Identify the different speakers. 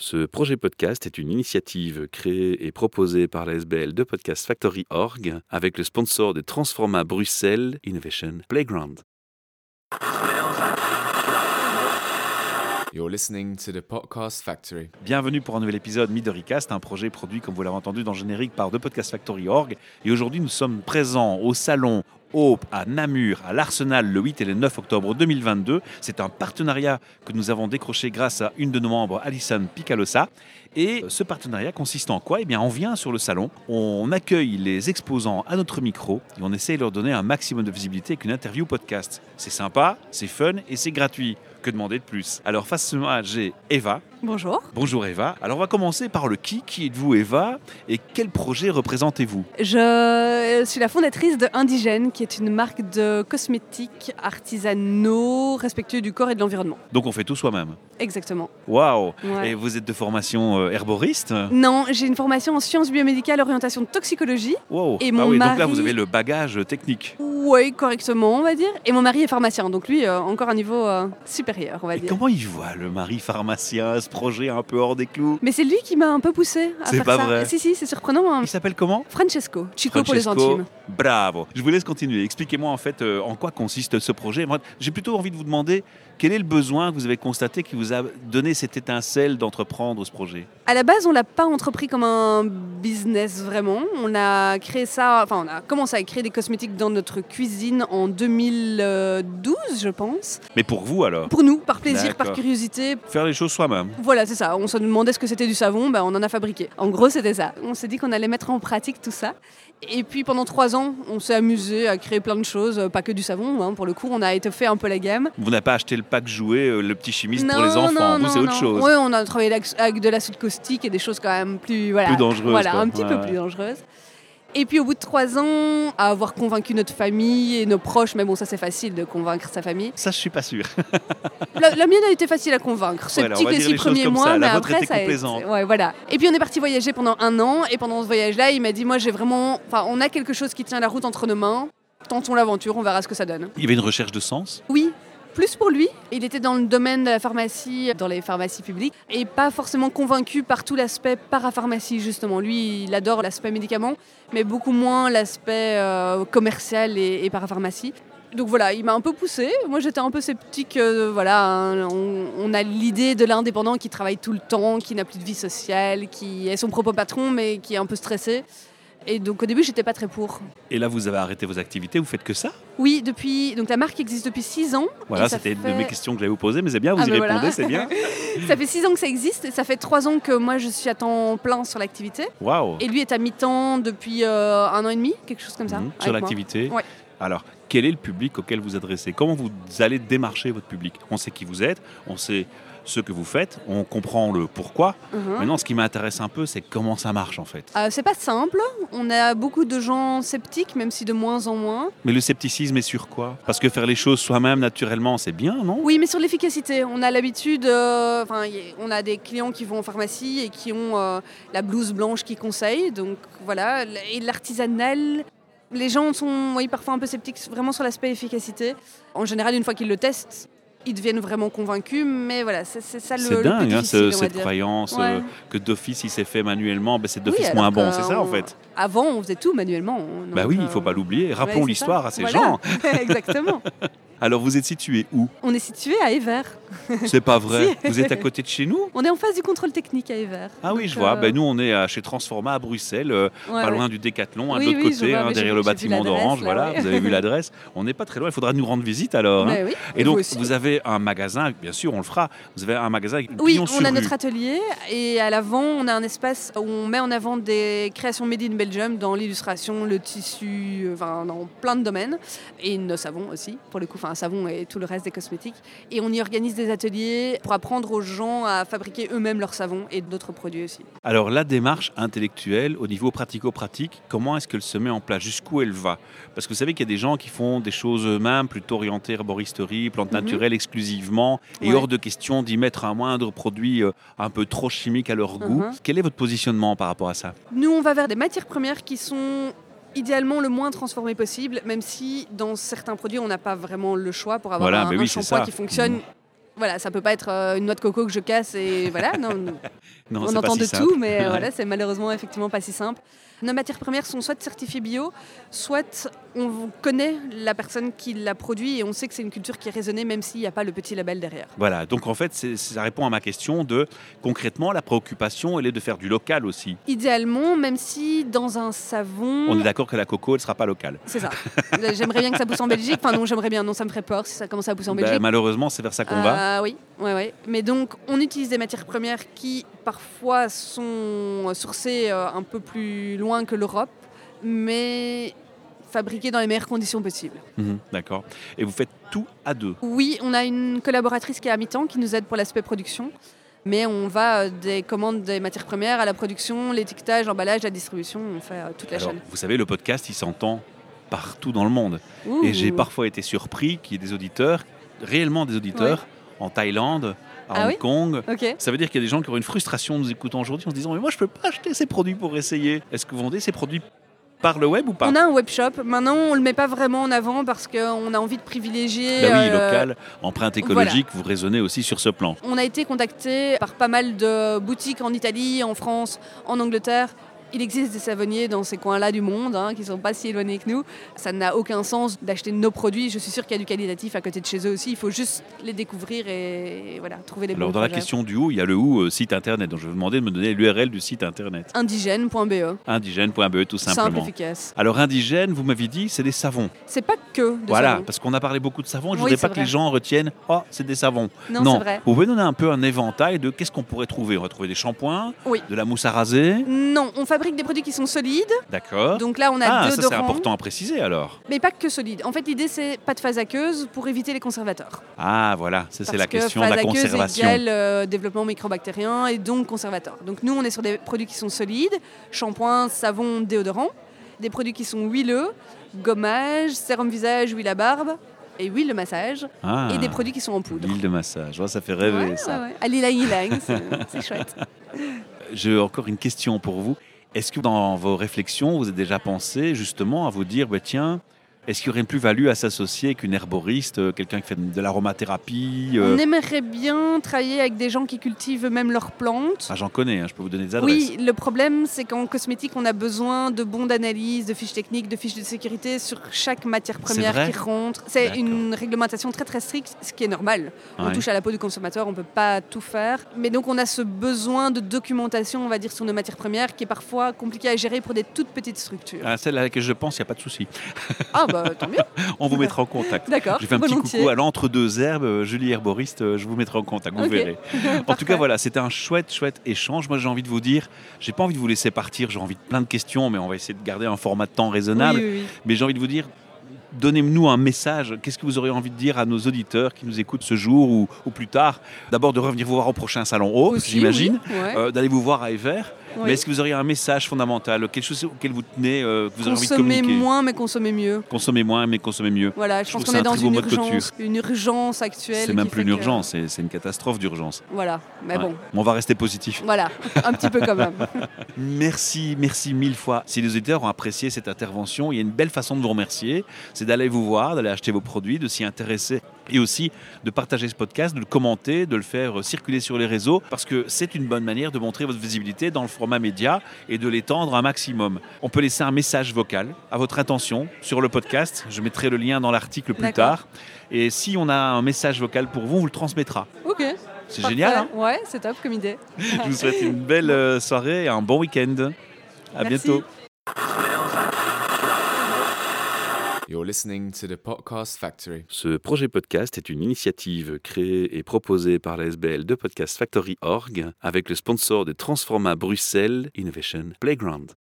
Speaker 1: Ce projet podcast est une initiative créée et proposée par la SBL de Podcast Factory Org avec le sponsor de Transforma Bruxelles Innovation Playground.
Speaker 2: You're listening to the Podcast Factory.
Speaker 3: Bienvenue pour un nouvel épisode Midoricast, un projet produit, comme vous l'avez entendu dans le générique, par The Podcast Factory Org. Et aujourd'hui, nous sommes présents au salon Hope à Namur, à l'Arsenal, le 8 et le 9 octobre 2022. C'est un partenariat que nous avons décroché grâce à une de nos membres, Alison Picalosa. Et ce partenariat consiste en quoi Eh bien, on vient sur le salon, on accueille les exposants à notre micro et on essaye de leur donner un maximum de visibilité avec une interview podcast. C'est sympa, c'est fun et c'est gratuit. Que demander de plus Alors, face à moi, j'ai Eva.
Speaker 4: Bonjour.
Speaker 3: Bonjour Eva. Alors, on va commencer par le qui. Qui êtes-vous, Eva Et quel projet représentez-vous
Speaker 4: Je suis la fondatrice de Indigène, qui est une marque de cosmétiques artisanaux respectueux du corps et de l'environnement.
Speaker 3: Donc, on fait tout soi-même
Speaker 4: Exactement.
Speaker 3: Waouh
Speaker 4: Ouais.
Speaker 3: Et vous êtes de formation euh, herboriste
Speaker 4: Non, j'ai une formation en sciences biomédicales, orientation toxicologie.
Speaker 3: Wow.
Speaker 4: Et
Speaker 3: Ah
Speaker 4: mon
Speaker 3: oui, Donc là,
Speaker 4: mari-
Speaker 3: vous avez le bagage technique.
Speaker 4: Oui, correctement, on va dire. Et mon mari est pharmacien, donc lui, euh, encore un niveau euh, supérieur, on va
Speaker 3: Et
Speaker 4: dire.
Speaker 3: comment il voit le mari pharmacien, ce projet un peu hors des clous
Speaker 4: Mais c'est lui qui m'a un peu poussé à
Speaker 3: C'est
Speaker 4: faire
Speaker 3: pas
Speaker 4: ça.
Speaker 3: vrai.
Speaker 4: Si, si, c'est surprenant. hein.
Speaker 3: Il s'appelle comment
Speaker 4: Francesco, Chico pour les
Speaker 3: Francesco,
Speaker 4: intimes.
Speaker 3: Bravo. Je vous laisse continuer. Expliquez-moi en fait euh, en quoi consiste ce projet. Moi, j'ai plutôt envie de vous demander quel est le besoin que vous avez constaté qui vous a donné cette étincelle d'entreprendre ce projet.
Speaker 4: À la base, on l'a pas entrepris comme un business vraiment. On a créé ça, enfin, on a commencé à créer des cosmétiques dans notre cuisine en 2012, je pense.
Speaker 3: Mais pour vous alors
Speaker 4: Pour nous, par plaisir, par
Speaker 3: D'accord.
Speaker 4: curiosité.
Speaker 3: Faire les choses soi-même.
Speaker 4: Voilà, c'est ça. On se demandait ce que c'était du savon, bah, on en a fabriqué. En gros, c'était ça. On s'est dit qu'on allait mettre en pratique tout ça. Et puis pendant trois ans, on s'est amusé à créer plein de choses, euh, pas que du savon. hein. Pour le coup, on a été fait un peu la gamme.
Speaker 3: Vous n'avez pas acheté le pack jouet, euh, le petit chimiste pour
Speaker 4: Non,
Speaker 3: les enfants.
Speaker 4: non,
Speaker 3: vous, c'est
Speaker 4: non,
Speaker 3: autre
Speaker 4: non.
Speaker 3: chose.
Speaker 4: Oui, on a travaillé avec- avec de l'acide caustique et des choses quand même plus, voilà,
Speaker 3: Plus dangereuses,
Speaker 4: Voilà,
Speaker 3: quoi.
Speaker 4: un petit
Speaker 3: Ouais,
Speaker 4: peu
Speaker 3: ouais.
Speaker 4: plus dangereuses. Et puis au bout de trois ans, à avoir convaincu notre famille et nos proches, mais bon, ça c'est facile de convaincre sa famille.
Speaker 3: Ça, je suis pas sûr.
Speaker 4: La, la mienne a été facile à convaincre. Ces
Speaker 3: Voilà, on
Speaker 4: petits
Speaker 3: va dire
Speaker 4: les six
Speaker 3: les choses
Speaker 4: premiers
Speaker 3: comme
Speaker 4: mois,
Speaker 3: ça. La
Speaker 4: mais
Speaker 3: vôtre
Speaker 4: après
Speaker 3: était
Speaker 4: ça a été-
Speaker 3: complaisante.
Speaker 4: ouais, voilà. Et puis on est parti voyager pendant un an, et pendant ce voyage-là, il m'a dit, moi j'ai vraiment, enfin, on a quelque chose qui tient la route entre nos mains. Tentons l'aventure, on verra ce que ça donne.
Speaker 3: Il y avait une recherche de sens.
Speaker 4: Oui, plus pour lui. Il était dans le domaine de la pharmacie, dans les pharmacies publiques, et pas forcément convaincu par tout l'aspect parapharmacie, justement. Lui, il adore l'aspect médicament, mais beaucoup moins l'aspect euh, commercial et, et parapharmacie. Donc voilà, il m'a un peu poussé. Moi, j'étais un peu sceptique. euh, voilà, hein, on, on a l'idée de l'indépendant qui travaille tout le temps, qui n'a plus de vie sociale, qui est son propre patron, mais qui est un peu stressé. Et donc au début, j'étais pas très pour.
Speaker 3: Et là, vous avez arrêté vos activités, vous faites que ça
Speaker 4: Oui, depuis. Donc la marque existe depuis 6 ans.
Speaker 3: Voilà,
Speaker 4: Et ça
Speaker 3: c'était une de
Speaker 4: fait-
Speaker 3: mes questions que j'allais vous poser, mais c'est bien, vous
Speaker 4: Ah,
Speaker 3: y
Speaker 4: ben
Speaker 3: répondez,
Speaker 4: voilà.
Speaker 3: c'est bien.
Speaker 4: Ça fait six ans que ça existe et ça fait trois ans que moi je suis à temps plein sur l'activité.
Speaker 3: Waouh
Speaker 4: Et lui est à mi-temps depuis euh, un an et demi, quelque chose comme ça.
Speaker 3: Mhm.
Speaker 4: avec
Speaker 3: Sur
Speaker 4: moi.
Speaker 3: l'activité
Speaker 4: Ouais.
Speaker 3: Alors, quel est le public auquel vous adressez Comment vous allez démarcher votre public On sait qui vous êtes, on sait ce que vous faites, on comprend le pourquoi.
Speaker 4: Mhm.
Speaker 3: Maintenant, ce qui m'intéresse un peu, c'est comment ça marche en fait.
Speaker 4: Euh, c'est pas simple, on a beaucoup de gens sceptiques, même si de moins en moins.
Speaker 3: Mais le scepticisme est sur quoi Parce que faire les choses soi-même, naturellement, c'est bien, non
Speaker 4: Oui, mais sur l'efficacité, on a l'habitude, euh, enfin, y- on a des clients qui vont en pharmacie et qui ont euh, la blouse blanche qui conseille, donc voilà, L- et l'artisanal. Les gens sont oui, parfois un peu sceptiques vraiment sur l'aspect efficacité. En général, une fois qu'ils le testent, ils deviennent vraiment convaincus, mais voilà, c'est c'est ça le,
Speaker 3: C'est
Speaker 4: le plus
Speaker 3: dingue, hein, ce-
Speaker 4: difficile, on va
Speaker 3: cette
Speaker 4: dire.
Speaker 3: croyance
Speaker 4: Ouais.
Speaker 3: euh, que d'office, il s'est fait manuellement, ben, c'est d'office
Speaker 4: alors
Speaker 3: moins bon,
Speaker 4: que
Speaker 3: c'est ça en
Speaker 4: on-
Speaker 3: fait
Speaker 4: Avant, on faisait tout manuellement. donc,
Speaker 3: Bah oui, il
Speaker 4: euh,
Speaker 3: ne faut pas l'oublier. Rappelons
Speaker 4: ouais, c'est
Speaker 3: l'histoire
Speaker 4: ça.
Speaker 3: à ces
Speaker 4: Voilà.
Speaker 3: gens.
Speaker 4: Exactement.
Speaker 3: Alors, vous êtes situé où
Speaker 4: On est situé à Evers.
Speaker 3: C'est pas vrai.
Speaker 4: Si.
Speaker 3: Vous êtes à côté de chez nous
Speaker 4: On est en face du contrôle technique à Evers.
Speaker 3: Ah oui, je
Speaker 4: Donc,
Speaker 3: vois.
Speaker 4: euh,
Speaker 3: Ben, nous, on est à- chez Transforma à Bruxelles, euh,
Speaker 4: ouais,
Speaker 3: pas
Speaker 4: ouais.
Speaker 3: loin du Décathlon, à
Speaker 4: Oui,
Speaker 3: l'autre
Speaker 4: oui, je
Speaker 3: côté,
Speaker 4: vois,
Speaker 3: hein,
Speaker 4: mais j'ai
Speaker 3: derrière
Speaker 4: vu-
Speaker 3: le
Speaker 4: j'ai vu
Speaker 3: bâtiment
Speaker 4: l'adresse,
Speaker 3: d'Orange.
Speaker 4: là,
Speaker 3: Voilà,
Speaker 4: ouais.
Speaker 3: vous avez vu l'adresse. On n'est pas très loin. Il faudra nous rendre visite alors. hein.
Speaker 4: Mais Ben oui,
Speaker 3: Et donc,
Speaker 4: vous aussi.
Speaker 3: vous avez un magasin, bien sûr, on le fera. Vous avez un magasin avec
Speaker 4: Oui,
Speaker 3: pignon sur
Speaker 4: on a
Speaker 3: rue.
Speaker 4: notre atelier et à l'avant, on a un espace où on met en avant des créations made in Belgium dans l'illustration, le tissu, enfin dans plein de domaines et nos savons aussi pour le coup, enfin un savon et tout le reste des cosmétiques. Et on y organise des ateliers pour apprendre aux gens à fabriquer eux-mêmes leurs savons et d'autres produits aussi.
Speaker 3: Alors, la démarche intellectuelle, au niveau pratico-pratique, comment est-ce qu'elle se met en place Jusqu'où elle va Parce que vous savez qu'il y a des gens qui font des choses eux-mêmes, plutôt orientées herboristerie, plantes
Speaker 4: Mhm.
Speaker 3: naturelles exclusivement, et
Speaker 4: Ouais.
Speaker 3: hors de question d'y mettre un moindre produit euh, un peu trop chimique à leur goût.
Speaker 4: Mhm.
Speaker 3: Quel est votre positionnement par rapport à ça
Speaker 4: Nous, on va vers des matières premières qui sont idéalement le moins transformées possible, même si dans certains produits, on n'a pas vraiment le choix pour avoir
Speaker 3: Voilà,
Speaker 4: un,
Speaker 3: mais
Speaker 4: un
Speaker 3: oui, c'est
Speaker 4: shampoing
Speaker 3: ça. Mm.
Speaker 4: qui fonctionne. Voilà, ça peut pas être euh, une noix de coco que je casse et voilà. Non,
Speaker 3: Non,
Speaker 4: on
Speaker 3: c'est pas
Speaker 4: entend
Speaker 3: si
Speaker 4: de
Speaker 3: simple.
Speaker 4: tout, mais euh,
Speaker 3: Ouais.
Speaker 4: voilà, c'est malheureusement effectivement pas si simple. Nos matières premières sont soit certifiées bio, soit on connaît la personne qui l'a produit et on sait que c'est une culture qui est raisonnée, même s'il n'y a pas le petit label derrière.
Speaker 3: Voilà, donc en fait, c'est- ça répond à ma question de concrètement, la préoccupation, elle est de faire du local aussi.
Speaker 4: Idéalement, même si dans un savon.
Speaker 3: On est d'accord que la coco, elle ne sera pas locale.
Speaker 4: C'est ça. j'aimerais bien que ça pousse en Belgique. Enfin non, j'aimerais bien. Non, ça me ferait peur si ça commence à pousser en
Speaker 3: Bah,
Speaker 4: Belgique.
Speaker 3: malheureusement, c'est vers ça qu'on va.
Speaker 4: Ah oui, ouais, ouais. Mais donc, on utilise des matières premières qui, parfois, sont euh, sourcées euh, un peu plus loin que l'Europe, mais fabriquées dans les meilleures conditions possibles.
Speaker 3: Mhm, D'accord. Et vous faites tout à deux.
Speaker 4: Oui, on a une collaboratrice qui est à mi-temps, qui nous aide pour l'aspect production. Mais on va euh, des commandes des matières premières à la production, l'étiquetage, l'emballage, la distribution, on fait euh, toute la
Speaker 3: Alors,
Speaker 4: chaîne.
Speaker 3: vous savez, le podcast, il s'entend partout dans le monde. Et j'ai
Speaker 4: Ouh.
Speaker 3: parfois été surpris qu'il y ait des auditeurs, réellement des auditeurs, en Thaïlande, à
Speaker 4: Ah
Speaker 3: Hong
Speaker 4: oui
Speaker 3: Kong.
Speaker 4: Ok.
Speaker 3: Ça veut dire qu'il y a des gens qui ont une frustration en nous écoutant aujourd'hui en se disant Mais moi, je ne peux pas acheter ces produits pour essayer. Est-ce que vous vendez ces produits par le web ou pas
Speaker 4: On a un webshop. Maintenant, on le met pas vraiment en avant parce qu'on a envie de privilégier.
Speaker 3: Bah oui,
Speaker 4: euh,
Speaker 3: local, empreinte écologique, vous raisonnez aussi sur ce plan.
Speaker 4: On a été contacté par pas mal de boutiques en Italie, en France, en Angleterre. Il existe des savonniers dans ces coins-là du monde, hein, qui ne sont pas si éloignés que nous. Ça n'a aucun sens d'acheter nos produits. Je suis sûre qu'il y a du qualitatif à côté de chez eux aussi. Il faut juste les découvrir et, et voilà, trouver les
Speaker 3: Alors
Speaker 4: bons
Speaker 3: dans la
Speaker 4: projets.
Speaker 3: question du où, il y a le où euh, site internet. Donc je vais vous demander de me donner l'URL du site internet.
Speaker 4: Indigène.be,
Speaker 3: indigène.be E, tout
Speaker 4: E. simple,
Speaker 3: simplement.
Speaker 4: efficace.
Speaker 3: Alors indigène, vous m'avez dit, c'est des savons.
Speaker 4: C'est pas que des
Speaker 3: voilà,
Speaker 4: savons.
Speaker 3: parce qu'on a parlé beaucoup de savons. Je
Speaker 4: Oui,
Speaker 3: voudrais
Speaker 4: c'est
Speaker 3: pas que
Speaker 4: vrai.
Speaker 3: les gens retiennent, oh, c'est des savons.
Speaker 4: Non, c'est vrai.
Speaker 3: vous pouvez donner un peu un éventail de qu'est-ce qu'on pourrait trouver. On va trouver des shampoings,
Speaker 4: Oui.
Speaker 3: de la mousse à raser,
Speaker 4: Non, on fabrique des produits qui sont solides.
Speaker 3: d'accord.
Speaker 4: Donc là, on a
Speaker 3: Ah,
Speaker 4: deux
Speaker 3: ça c'est important à préciser alors.
Speaker 4: Mais pas que solides. En fait, l'idée, c'est pas de phase aqueuse pour éviter les conservateurs.
Speaker 3: Ah voilà, ça c'est
Speaker 4: Parce
Speaker 3: la
Speaker 4: que
Speaker 3: question de la
Speaker 4: phase aqueuse
Speaker 3: conservation.
Speaker 4: égale, euh, développement microbactérien et donc conservateur. Donc nous, on est sur des produits qui sont solides, shampoing, savon, déodorant, des produits qui sont huileux, gommage, sérum visage, huile à barbe et huile de massage,
Speaker 3: Ah,
Speaker 4: et des produits qui sont en poudre.
Speaker 3: L'huile de massage, Ouais, ça fait rêver
Speaker 4: Ouais,
Speaker 3: ça.
Speaker 4: ouais, ouais. Ah, l'ilang ilang, c'est c'est chouette.
Speaker 3: J'ai encore une question pour vous. Est-ce que dans vos réflexions, vous avez déjà pensé justement à vous dire, bah, tiens, est-ce qu'il y aurait une plus-value à s'associer qu'une herboriste, euh, quelqu'un qui fait de l'aromathérapie euh,
Speaker 4: On aimerait bien travailler avec des gens qui cultivent même leurs plantes.
Speaker 3: ah, J'en connais, hein, je peux vous donner des adresses.
Speaker 4: Oui, le problème, c'est qu'en cosmétique, on a besoin de bons d'analyse, de fiches techniques, de fiches de sécurité sur chaque matière
Speaker 3: C'est
Speaker 4: première
Speaker 3: vrai
Speaker 4: qui rentre. C'est
Speaker 3: D'accord.
Speaker 4: une réglementation très très stricte, ce qui est normal. On
Speaker 3: Ouais.
Speaker 4: touche à la peau du consommateur, on ne peut pas tout faire. Mais donc, on a ce besoin de documentation, on va dire, sur nos matières premières, qui est parfois compliqué à gérer pour des toutes petites structures. Ah,
Speaker 3: Ah, celle à laquelle je pense, il n'y a pas de souci.
Speaker 4: bah, tant mieux.
Speaker 3: On vous mettra en contact.
Speaker 4: D'accord.
Speaker 3: Je fais un petit
Speaker 4: volontiers.
Speaker 3: coucou à l'entre-deux herbes, euh, Julie Herboriste, euh, je vous mettrai en contact, vous
Speaker 4: Ok.
Speaker 3: verrez. En tout cas, voilà, c'était un chouette, chouette échange. Moi, j'ai envie de vous dire, j'ai pas envie de vous laisser partir, j'ai envie de plein de questions, mais on va essayer de garder un format de temps raisonnable.
Speaker 4: Oui, oui, oui.
Speaker 3: Mais j'ai envie de vous dire, donnez-nous un message. Qu'est-ce que vous auriez envie de dire à nos auditeurs qui nous écoutent ce jour ou, ou plus tard D'abord, de revenir vous voir au prochain salon Hope,
Speaker 4: Aussi,
Speaker 3: Oh, j'imagine.
Speaker 4: oui, ouais,
Speaker 3: Euh, D'aller vous voir à Ever.
Speaker 4: oui.
Speaker 3: Mais est-ce que vous auriez un message fondamental Quelque chose auquel vous tenez, euh, que vous auriez envie de
Speaker 4: Consommer
Speaker 3: communiquer
Speaker 4: moins, mais consommer mieux.
Speaker 3: Consommez moins, mais consommez mieux.
Speaker 4: Voilà, je,
Speaker 3: Je
Speaker 4: pense
Speaker 3: trouve ça
Speaker 4: qu'on est
Speaker 3: un
Speaker 4: dans
Speaker 3: très beau
Speaker 4: une
Speaker 3: mot de
Speaker 4: urgence, une urgence actuelle.
Speaker 3: C'est même
Speaker 4: qui
Speaker 3: plus
Speaker 4: fait
Speaker 3: une
Speaker 4: que-
Speaker 3: urgence, c'est- c'est une catastrophe d'urgence.
Speaker 4: Voilà, mais
Speaker 3: Ouais.
Speaker 4: bon,
Speaker 3: Mais On va rester positif.
Speaker 4: voilà, un petit peu quand même.
Speaker 3: Merci, merci mille fois. Si les auditeurs ont apprécié cette intervention, il y a une belle façon de vous remercier, c'est d'aller vous voir, d'aller acheter vos produits, de s'y intéresser et aussi de partager ce podcast, de le commenter, de le faire circuler sur les réseaux, parce que c'est une bonne manière de montrer votre visibilité dans le format média et de l'étendre un maximum. On peut laisser un message vocal à votre intention sur le podcast, je mettrai le lien dans l'article plus
Speaker 4: D'accord.
Speaker 3: tard, et si on a un message vocal pour vous, on vous le transmettra.
Speaker 4: Ok.
Speaker 3: C'est génial, hein
Speaker 4: Ouais, c'est top comme idée.
Speaker 3: Je vous souhaite une belle euh, soirée et un bon week-end. À
Speaker 4: Merci.
Speaker 3: bientôt.
Speaker 2: You're listening to the Podcast Factory.
Speaker 1: Ce projet podcast est une initiative créée et proposée par la SBL de Podcast Factory Org avec le sponsor de Transforma Bruxelles Innovation Playground.